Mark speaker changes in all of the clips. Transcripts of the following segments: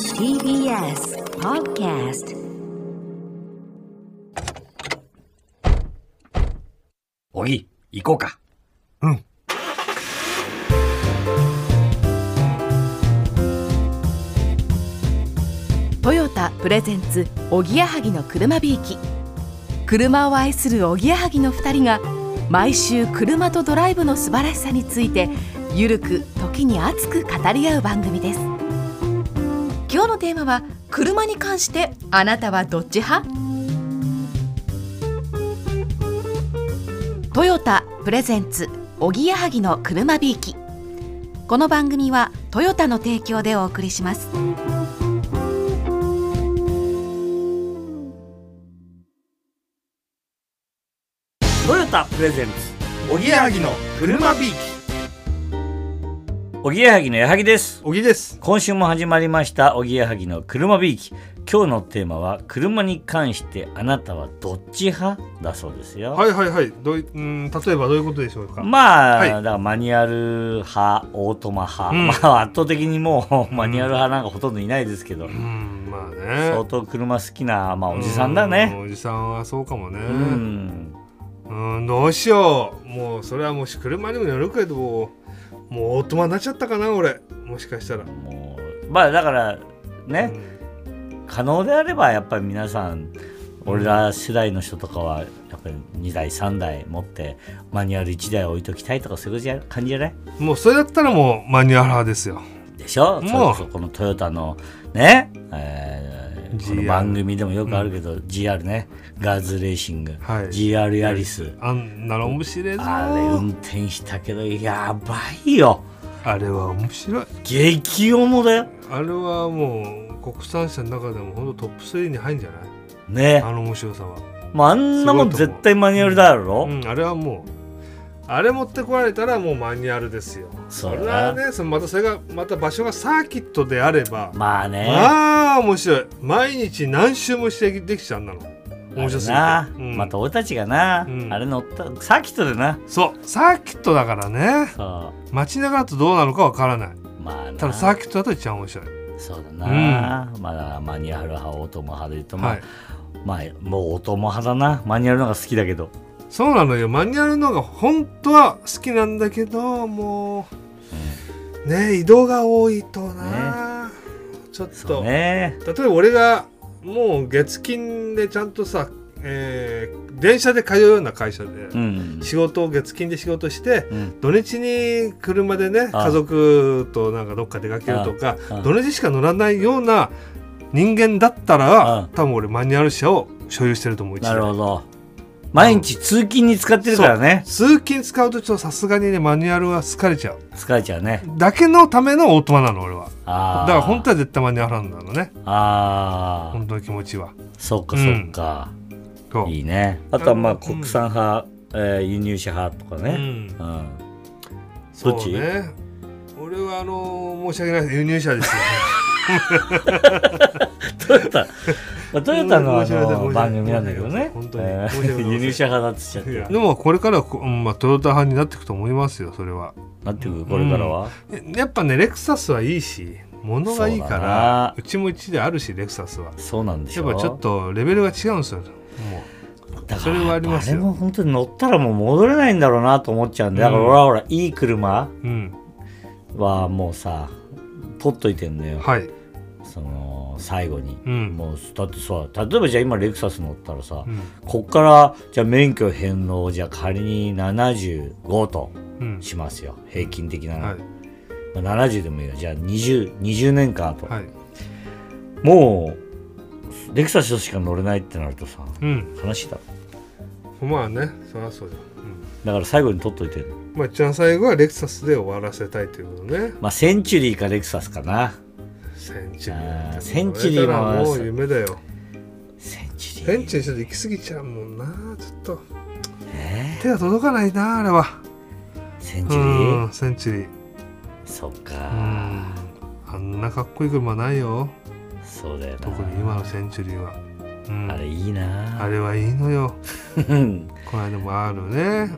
Speaker 1: TBS Podcast
Speaker 2: おぎ、行こうか。
Speaker 3: トヨタプレゼンツおぎやはぎの車びいき車を愛するおぎやはぎの2人が毎週車とドライブの素晴らしさについてゆるく時に熱く語り合う番組です今日のテーマは車に関してあなたはどっち派トヨタプレゼンツおぎやはぎの車びいきこの番組はトヨタの提供でお送りします
Speaker 2: トヨタプレゼンツ。
Speaker 4: おぎやはぎの車ビーキ
Speaker 2: おぎやはぎのやはぎです。
Speaker 4: おぎです
Speaker 2: 今週も始まりました、おぎやはぎの車びいき。今日のテーマは、車に関してあなたはどっち派だそうですよ。
Speaker 4: はいはいはいどういうん例えばどういうことでしょうか、
Speaker 2: まあ、
Speaker 4: はい
Speaker 2: だからマニュアル派、オートマ派、
Speaker 4: うん
Speaker 2: まあ圧倒的にもうマニュアル派なんかほとんどいないですけど、
Speaker 4: うんまあね
Speaker 2: 相当車好きな、まあおじさんだね。
Speaker 4: うんおじさんはそうかもね
Speaker 2: う
Speaker 4: うん
Speaker 2: ん。
Speaker 4: どうしようもうそれはもし車にもよるけどもうオートマになっちゃったかな俺もしかしたら
Speaker 2: もう、まあだから、ね、
Speaker 4: うん
Speaker 2: 可能であればやっぱり皆さん俺ら世代の人とかはやっぱり2台3台持ってマニュアル1台置いときたいとかそういうじゃ感じじゃない
Speaker 4: もうそれだったらもうマニュアル派ですよ
Speaker 2: でしょ
Speaker 4: もう
Speaker 2: それこそこのトヨタのね、えー
Speaker 4: GR
Speaker 2: この番組でもよくあるけど、GR ねガーズレーシング、
Speaker 4: はい
Speaker 2: GR ヤリス、
Speaker 4: あんなの面白いぞ
Speaker 2: あれ運転したけどやばいよ
Speaker 4: あれは面白い
Speaker 2: 激重だよ
Speaker 4: あれはもう国産車の中でもほんとトップ3に入るんじゃない
Speaker 2: ね
Speaker 4: あの面白さは
Speaker 2: まああんなもん
Speaker 4: すごいと思う
Speaker 2: 絶対マニュアルだろ、
Speaker 4: うん、あれはもうあれ持ってこられたらもうマニュアルですよ
Speaker 2: そうだ
Speaker 4: れ
Speaker 2: な
Speaker 4: はねそのまたそれがまた場所がサーキットであれば、
Speaker 2: まあね、
Speaker 4: まあ面白い毎日何周もしてできちゃうんだの面白すぎて
Speaker 2: あれな、
Speaker 4: うん
Speaker 2: また俺たちがな、
Speaker 4: うん
Speaker 2: あれ乗ったサーキットでな
Speaker 4: そうサーキットだからね
Speaker 2: そ
Speaker 4: 街中だとどうなのかわからないう
Speaker 2: まあな
Speaker 4: ただサーキットだと一番面白い、
Speaker 2: そうだな、まだマニュアル派オートマ派で言うとまあ、
Speaker 4: はい
Speaker 2: まあもうオートマ派だなマニュアルの方が好きだけど
Speaker 4: そうなのよマニュアルの方が本当は好きなんだけどもうね移動が多いとな、ちょっ
Speaker 2: そう
Speaker 4: と
Speaker 2: ね
Speaker 4: 例えば俺がもう月金でちゃんとさ、えー電車で通うような会社で、
Speaker 2: うん
Speaker 4: 仕事を月金で仕事して
Speaker 2: うん
Speaker 4: 土日に車でね
Speaker 2: ああ
Speaker 4: 家族となんかどっか出かけるとか
Speaker 2: ああ
Speaker 4: 土日しか乗らないような人間だった
Speaker 2: ああ
Speaker 4: ら多分俺マニュアル車を所有してると思う一台
Speaker 2: なるほど毎日通勤に使ってるからね
Speaker 4: 通勤使うとちょっとさすがにねマニュアルは疲れちゃう
Speaker 2: 疲れちゃうね
Speaker 4: だけのためのオートマなの俺は
Speaker 2: あ
Speaker 4: だ
Speaker 2: あ
Speaker 4: から本当は絶対マニュアルなんだろうね
Speaker 2: ああ
Speaker 4: 本当の気持ちは
Speaker 2: そうか
Speaker 4: う
Speaker 2: そ
Speaker 4: ん
Speaker 2: うか、
Speaker 4: そう
Speaker 2: いいねあとはまあ
Speaker 4: うん
Speaker 2: 国産派、えー輸入車派とか
Speaker 4: う
Speaker 2: ね
Speaker 4: ん
Speaker 2: うん
Speaker 4: そう
Speaker 2: どっち
Speaker 4: ね俺はあのー申し訳 ないです輸入車ですよ
Speaker 2: トヨタ、まあ、トヨタのあ
Speaker 4: 申し訳ない
Speaker 2: の番組なんだけどね、
Speaker 4: 申し訳ない
Speaker 2: えー
Speaker 4: 本当に申し訳ない
Speaker 2: 輸入車派だってしちゃってる
Speaker 4: でもこれからはこうんまあ、トヨタ派になっていくと思いますよそれは
Speaker 2: なってくるこれからは、
Speaker 4: ややっぱねレクサスはいいし物がいい
Speaker 2: そ
Speaker 4: か
Speaker 2: うだな
Speaker 4: らうちもうちであるしレクサスは
Speaker 2: そうなんでし
Speaker 4: やっ
Speaker 2: ょ
Speaker 4: ぱちょっとレベルが違うんですよもう
Speaker 2: だか
Speaker 4: そ
Speaker 2: ら
Speaker 4: れはありますよ
Speaker 2: あれも本当に乗ったらもう戻れないんだろうなと思っちゃうんで、だから俺はほらいい車
Speaker 4: うん
Speaker 2: はもうさ取っといてんだよ、
Speaker 4: はい
Speaker 2: その最後に、
Speaker 4: うん
Speaker 2: もうだってさ例えばじゃあ今レクサス乗ったらさ、
Speaker 4: うん
Speaker 2: こっからじゃあ免許返納じゃあ仮に75と
Speaker 4: うん
Speaker 2: しますよ平均的なの、
Speaker 4: はい
Speaker 2: まあ、70でもいいよじゃあ 20, 20年間と、
Speaker 4: はい
Speaker 2: もうレクサスしか乗れないってなるとさ
Speaker 4: うん
Speaker 2: 悲しいだろ
Speaker 4: まあねそりゃそうだ、う
Speaker 2: だから最後に取っといて
Speaker 4: ん、まあ一番最後はレクサスで終わらせたいということね
Speaker 2: まあセンチュリーかレクサスかな
Speaker 4: センチュリ
Speaker 2: あー
Speaker 4: ー
Speaker 2: センチュリーも
Speaker 4: もう夢だよ
Speaker 2: センチュリ
Speaker 4: セ
Speaker 2: ー
Speaker 4: ンチュリーちょっと行き過ぎちゃうもんなちょっと手が届かないなあれは
Speaker 2: センチュリー
Speaker 4: うんセンチュリー
Speaker 2: そっ
Speaker 4: う
Speaker 2: か
Speaker 4: んあんなかっこいい車ないよ
Speaker 2: そうだよな
Speaker 4: 特に今のセンチュリーは、うん、
Speaker 2: あれいいな
Speaker 4: あれはいいのよ
Speaker 2: うん
Speaker 4: この間もあるね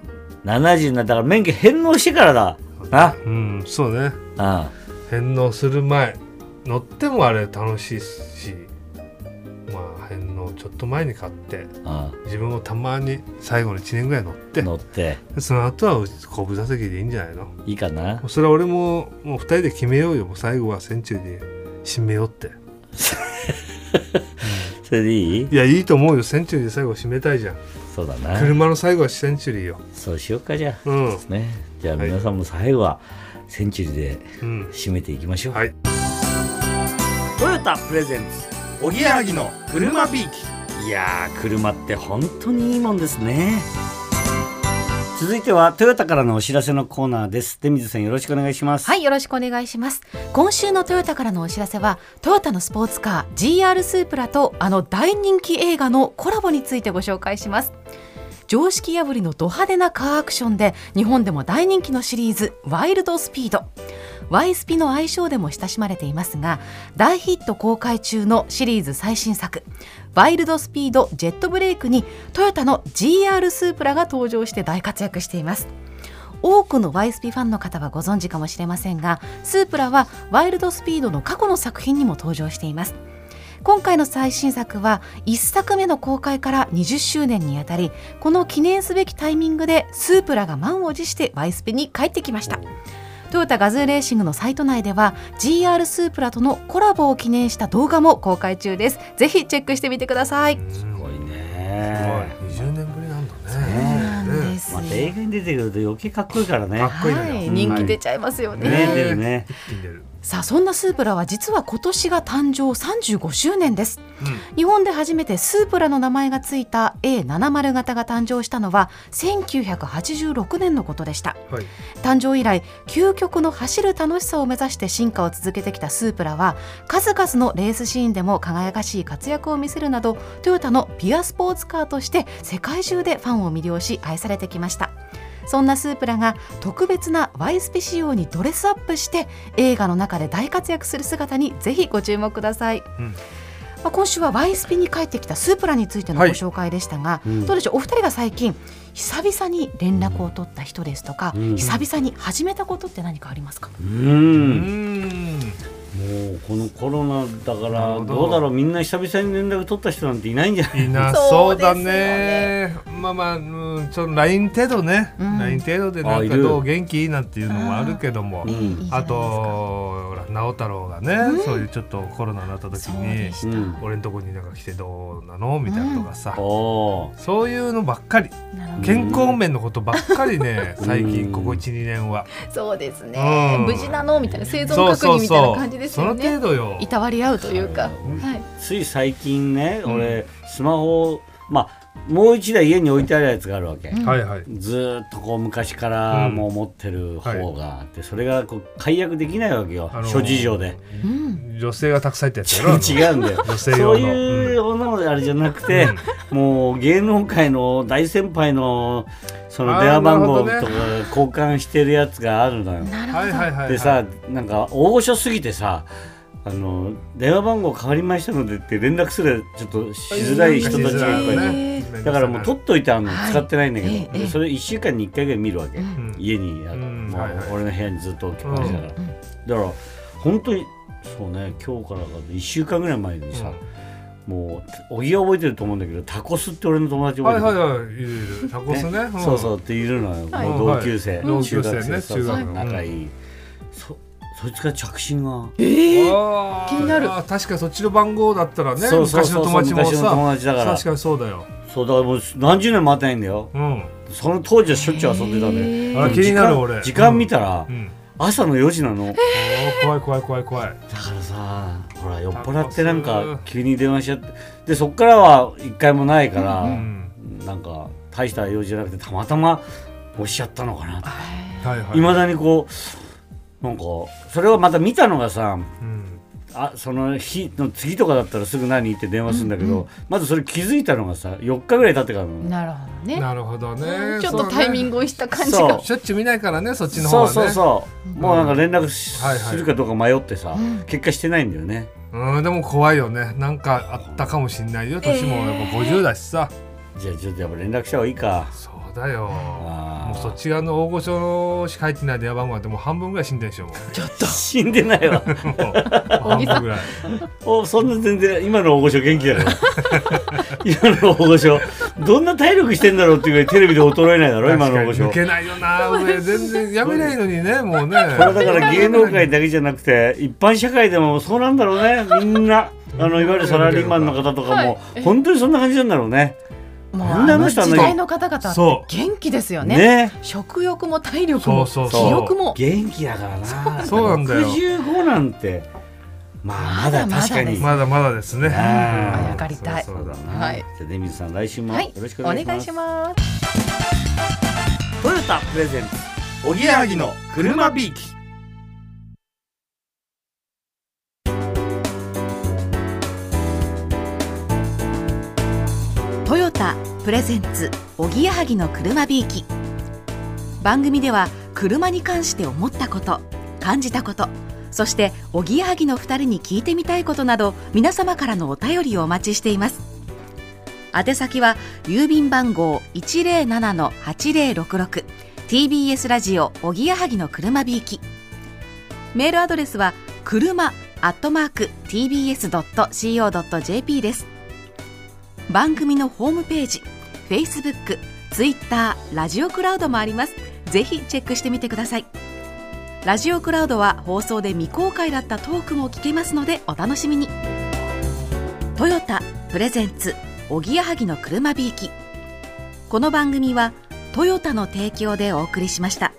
Speaker 2: 70になったから免許返納してからだな
Speaker 4: うんそうね
Speaker 2: あ
Speaker 4: 返納する前乗ってもあれ楽しいしまあ変のちょっと前に買って
Speaker 2: あ
Speaker 4: 自分もたまに最後の1年ぐらい乗って
Speaker 2: 乗って
Speaker 4: その後はう後部座席でいいんじゃないのも
Speaker 2: いいかな
Speaker 4: うそれは俺ももう2人で決めようよもう最後は船中に締めようって
Speaker 2: それでいい
Speaker 4: いやいいと思うよセンチュリーで最後締めたいじゃん
Speaker 2: そうだな
Speaker 4: 車の最後はセンチュリーよ
Speaker 2: そうしようかじゃあ、
Speaker 4: うん
Speaker 2: ねじゃあ
Speaker 4: はい
Speaker 2: 皆さんも最後はセンチュリーで
Speaker 4: うん
Speaker 2: 締めていきましょう、
Speaker 4: はい
Speaker 2: トヨタプレゼンツおぎやはぎの車ビーキいやー車って本当にいいもんですね続いてはトヨタからのお知らせのコーナーです出水さんよろしくお願いします
Speaker 3: はいい、よろしくお願いします。今週のトヨタからのお知らせは、トヨタのスポーツカー GR スープラとあの大人気映画のコラボについてご紹介します。常識破りのド派手なカーアクションで日本でも大人気のシリーズ「ワイルドスピード」ワイスピの愛称でも親しまれていますが大ヒット公開中のシリーズ最新作「ワイルドスピードジェットブレイク」にトヨタの GR スープラが登場して大活躍しています多くのワイスピファンの方はご存知かもしれませんがスープラはワイルドスピードの過去の作品にも登場しています今回の最新作は1作目の公開から20周年にあたりこの記念すべきタイミングでスープラが満を持してワイスピに帰ってきましたトヨタガズーレーシングのサイト内では GR スープラとのコラボを記念した動画も公開中ですぜひチェックしてみてください
Speaker 2: すごい
Speaker 4: すごい
Speaker 2: ね
Speaker 4: 20年ぶりなんだね
Speaker 3: なんで
Speaker 4: ね
Speaker 3: す
Speaker 2: また映画に出てくると余計かっこいいからね
Speaker 4: かっこいいのよ
Speaker 3: はい、人気出ちゃいますよ
Speaker 2: ね
Speaker 3: ね
Speaker 2: 出るね
Speaker 4: 一気に出る
Speaker 3: さあそんなスープラは実は今年が誕生35周年です、日本で初めてスープラの名前がついた A70 型が誕生したのは1986年のことでした
Speaker 4: はい
Speaker 3: 誕生以来究極の走る楽しさを目指して進化を続けてきたスープラは数々のレースシーンでも輝かしい活躍を見せるなどトヨタのピアスポーツカーとして世界中でファンを魅了し愛されてきましたそんなスープラが特別なワイスペ仕様にドレスアップして映画の中で大活躍する姿にぜひご注目ください、
Speaker 4: うん
Speaker 3: まあ、今週はワイスピに帰ってきたスープラについてのご
Speaker 4: はい
Speaker 3: 紹介でしたが、
Speaker 2: うん
Speaker 3: どうでしょうお二人が最近久々に連絡を取った人ですとか、
Speaker 2: うん
Speaker 3: 久々に始めたことって何かありますか、
Speaker 2: う
Speaker 4: うんん
Speaker 2: もうこのコロナだか
Speaker 4: なる
Speaker 2: ら
Speaker 4: ほど
Speaker 2: どうだろうみんな久々に連絡取った人なんていないんじゃない
Speaker 4: いな
Speaker 3: そ
Speaker 4: そうう
Speaker 3: ですよ
Speaker 4: だ
Speaker 3: ね
Speaker 4: ねまあまあ、うん、ちょっと LINE 程度ね、
Speaker 3: うん
Speaker 4: LINE 程度で
Speaker 2: あ
Speaker 4: なん
Speaker 2: い
Speaker 4: か
Speaker 2: る
Speaker 4: どう元気なんていうのもあるけども
Speaker 2: うん
Speaker 3: いいじゃないですか
Speaker 4: あとほら直太朗がね、
Speaker 3: うん
Speaker 4: そういうちょっとコロナになった時
Speaker 3: そう
Speaker 4: に
Speaker 3: でした、
Speaker 2: うん
Speaker 4: 俺んとこになんか来てどうなのみたいなとかさ、
Speaker 2: おー
Speaker 4: そういうのばっかり
Speaker 3: なるほど
Speaker 4: 健康面のことばっかりね、
Speaker 2: うん
Speaker 4: 最近ここ12年 は。
Speaker 3: そうですね、
Speaker 4: ねうん
Speaker 3: 無
Speaker 4: 無
Speaker 3: 事
Speaker 4: 事
Speaker 3: な
Speaker 4: な
Speaker 3: のみたいな生存
Speaker 4: そう
Speaker 3: 確
Speaker 4: そう
Speaker 3: 認みたい
Speaker 4: そ
Speaker 3: な
Speaker 4: う
Speaker 3: 感じです
Speaker 4: そ
Speaker 3: よ
Speaker 4: の
Speaker 3: ね
Speaker 4: 程度よ
Speaker 3: いたわり合うというか、
Speaker 2: うん
Speaker 3: はい、
Speaker 2: つい最近ね
Speaker 4: ん
Speaker 2: 俺スマホをまあもう一台家に置いてあるやつがあるわけ、
Speaker 3: うん
Speaker 4: はいはい
Speaker 2: ずーっとこう昔から
Speaker 4: うん
Speaker 2: もう持ってる方があって、それがこう解約できないわけよ、
Speaker 4: あのー
Speaker 2: 諸事情で
Speaker 3: うん、
Speaker 4: 女性がたくさんいたやつや
Speaker 2: 違
Speaker 4: ろ
Speaker 2: うんだよ
Speaker 4: 女性用の
Speaker 2: そういうようなあれじゃなくて、もう芸能界の大先輩のその
Speaker 4: あー
Speaker 2: 電話番号と
Speaker 4: な
Speaker 2: か
Speaker 4: るほど
Speaker 2: 交換してるやつがあるのよ。
Speaker 3: なるほ
Speaker 4: は
Speaker 3: ど、
Speaker 4: いはいはいはい
Speaker 2: でさなんか大御所すぎてさあの電話番号変わりましたのでって連絡すらちょっとしづらい人たちがいっぱいいる
Speaker 4: ね
Speaker 3: え
Speaker 2: だからもう取っといてあるの、
Speaker 3: はい
Speaker 2: 使ってないんだけど、
Speaker 3: ええええ
Speaker 2: それ1週間に1回ぐらい見るわけ、
Speaker 3: うん
Speaker 4: うん
Speaker 2: 家にある、
Speaker 4: うん
Speaker 2: もう
Speaker 4: はいはい
Speaker 2: 俺の部屋にずっと置きっぱなしだから、
Speaker 3: うんうん
Speaker 2: だから本当にそうね今日からか1週間ぐらい前にさ、もう小木は覚えてると思うんだけどタコスって俺の友達覚
Speaker 4: は
Speaker 2: えて
Speaker 4: い
Speaker 2: る、
Speaker 4: はいはいいるいるタコスねん
Speaker 2: そうそうっているのよ、
Speaker 3: はい
Speaker 2: もう同級生、
Speaker 4: はい同級生ね
Speaker 2: 中学生そうそう
Speaker 4: 中学の
Speaker 2: 仲いい、そそいつが着信が、
Speaker 4: あー
Speaker 3: 気になる
Speaker 4: あー確かにそっちの番号だったらね
Speaker 2: そうそう
Speaker 4: 昔
Speaker 2: そ
Speaker 4: の
Speaker 2: う
Speaker 4: 友達も
Speaker 2: 昔の友
Speaker 4: さ
Speaker 2: 達だから
Speaker 4: 確かにそうだよ
Speaker 2: そうだからもう何十年も会ってないんだよ
Speaker 4: うん
Speaker 2: その当時はしょっちゅう遊んでたんだ
Speaker 3: へ
Speaker 2: よ、
Speaker 4: あ
Speaker 2: で
Speaker 4: 気になる
Speaker 2: 時間
Speaker 4: 俺
Speaker 2: 時間見たら、
Speaker 4: うん
Speaker 2: 朝の4時なの、
Speaker 4: おー怖い怖い怖い怖い
Speaker 2: だからさほら酔っ払ってなんか急に電話しちゃってでそっからは一回もないから、
Speaker 4: うん
Speaker 2: なんか大した用事じゃなくてたまたま押しちゃったのかなって
Speaker 4: はいはい
Speaker 2: いまだにこうなんかそれをまた見たのがさ
Speaker 4: うん
Speaker 2: あその日の次とかだったらすぐ何って電話するんだけど、まずそれ気づいたのがさ4日ぐらい経ってからなの
Speaker 3: なるほどね
Speaker 4: なるほどね
Speaker 3: ちょっとタイミング
Speaker 4: グ
Speaker 3: をした感じ
Speaker 2: そう
Speaker 3: が
Speaker 2: ね
Speaker 4: しょっちゅう見ないからねそっちの方
Speaker 2: そ
Speaker 4: は
Speaker 2: う
Speaker 4: ね
Speaker 2: そうそう、もうなんか連絡し
Speaker 4: はいはい
Speaker 2: するかどうか迷ってさ、
Speaker 3: うん
Speaker 2: 結果してないんだよね
Speaker 4: うんでも怖いよねなんかあったかもしんないよ年もやっぱ50だしさ
Speaker 2: じゃあちょっとやっぱ連絡した方がいいか
Speaker 4: そうそうだよ
Speaker 2: あー
Speaker 4: もうそっち側の大御所しか入ってない電話番号なんてもう半分ぐらい死んで んでしょもう
Speaker 2: 死んでないわ
Speaker 4: もう半分ぐらい
Speaker 2: おそんな全然今の大御所元気だよ今の大御所どんな体力してんだろうっていうぐらいテレビで衰えないだろ 今の大御所
Speaker 4: 抜けないよな俺全然やめないのにねもうね
Speaker 2: これだから芸能界だけじゃなくて一般社会でもそうなんだろうねみんなあのいわゆるサラリーマンの方とかも、本当にそんな感じなんだろうね
Speaker 5: もう
Speaker 2: みんな
Speaker 5: あ
Speaker 2: あの
Speaker 5: の
Speaker 2: 人あ
Speaker 5: 時
Speaker 2: んな
Speaker 5: 代の方々
Speaker 4: そ
Speaker 5: って元気ですよね
Speaker 2: ね
Speaker 5: 食欲も体力
Speaker 4: そう
Speaker 5: も
Speaker 4: そう
Speaker 5: 記
Speaker 4: そう
Speaker 5: 憶も
Speaker 2: 元気だからな
Speaker 4: そうなんだよ
Speaker 2: 65なんてまあま
Speaker 5: まだ
Speaker 2: だ
Speaker 5: まだ
Speaker 2: 確かに
Speaker 5: です
Speaker 4: まだまだですね
Speaker 2: あ
Speaker 5: ーあやかりたい
Speaker 2: そ
Speaker 4: そ
Speaker 2: うう
Speaker 4: そう
Speaker 2: だ
Speaker 4: だ
Speaker 2: な、
Speaker 5: はい
Speaker 2: じゃあ出水さん来週も
Speaker 5: は
Speaker 2: よ
Speaker 5: い
Speaker 2: ろしく
Speaker 5: お
Speaker 2: お
Speaker 5: 願
Speaker 2: 願
Speaker 5: い
Speaker 2: いします,、
Speaker 5: します
Speaker 2: トヨタプレゼンツおぎやはぎの車ビーキ
Speaker 3: トヨタプレゼンツおぎやはぎの車びいき番組では車に関して思ったこと感じたことそしておぎやはぎの2人に聞いてみたいことなど皆様からのお便りをお待ちしています宛先は郵便番号 107-8066TBS ラジオおぎやはぎの車びいきメールアドレスは車アットマーク TBS.CO.JP です番組のホームページ Facebook、Twitter、ラジオクラウドもありますぜひチェックしてみてくださいラジオクラウドは放送で未公開だったトークも聞けますのでお楽しみにトヨタプレゼンツおぎやはぎの車びいきこの番組はトヨタの提供でお送りしました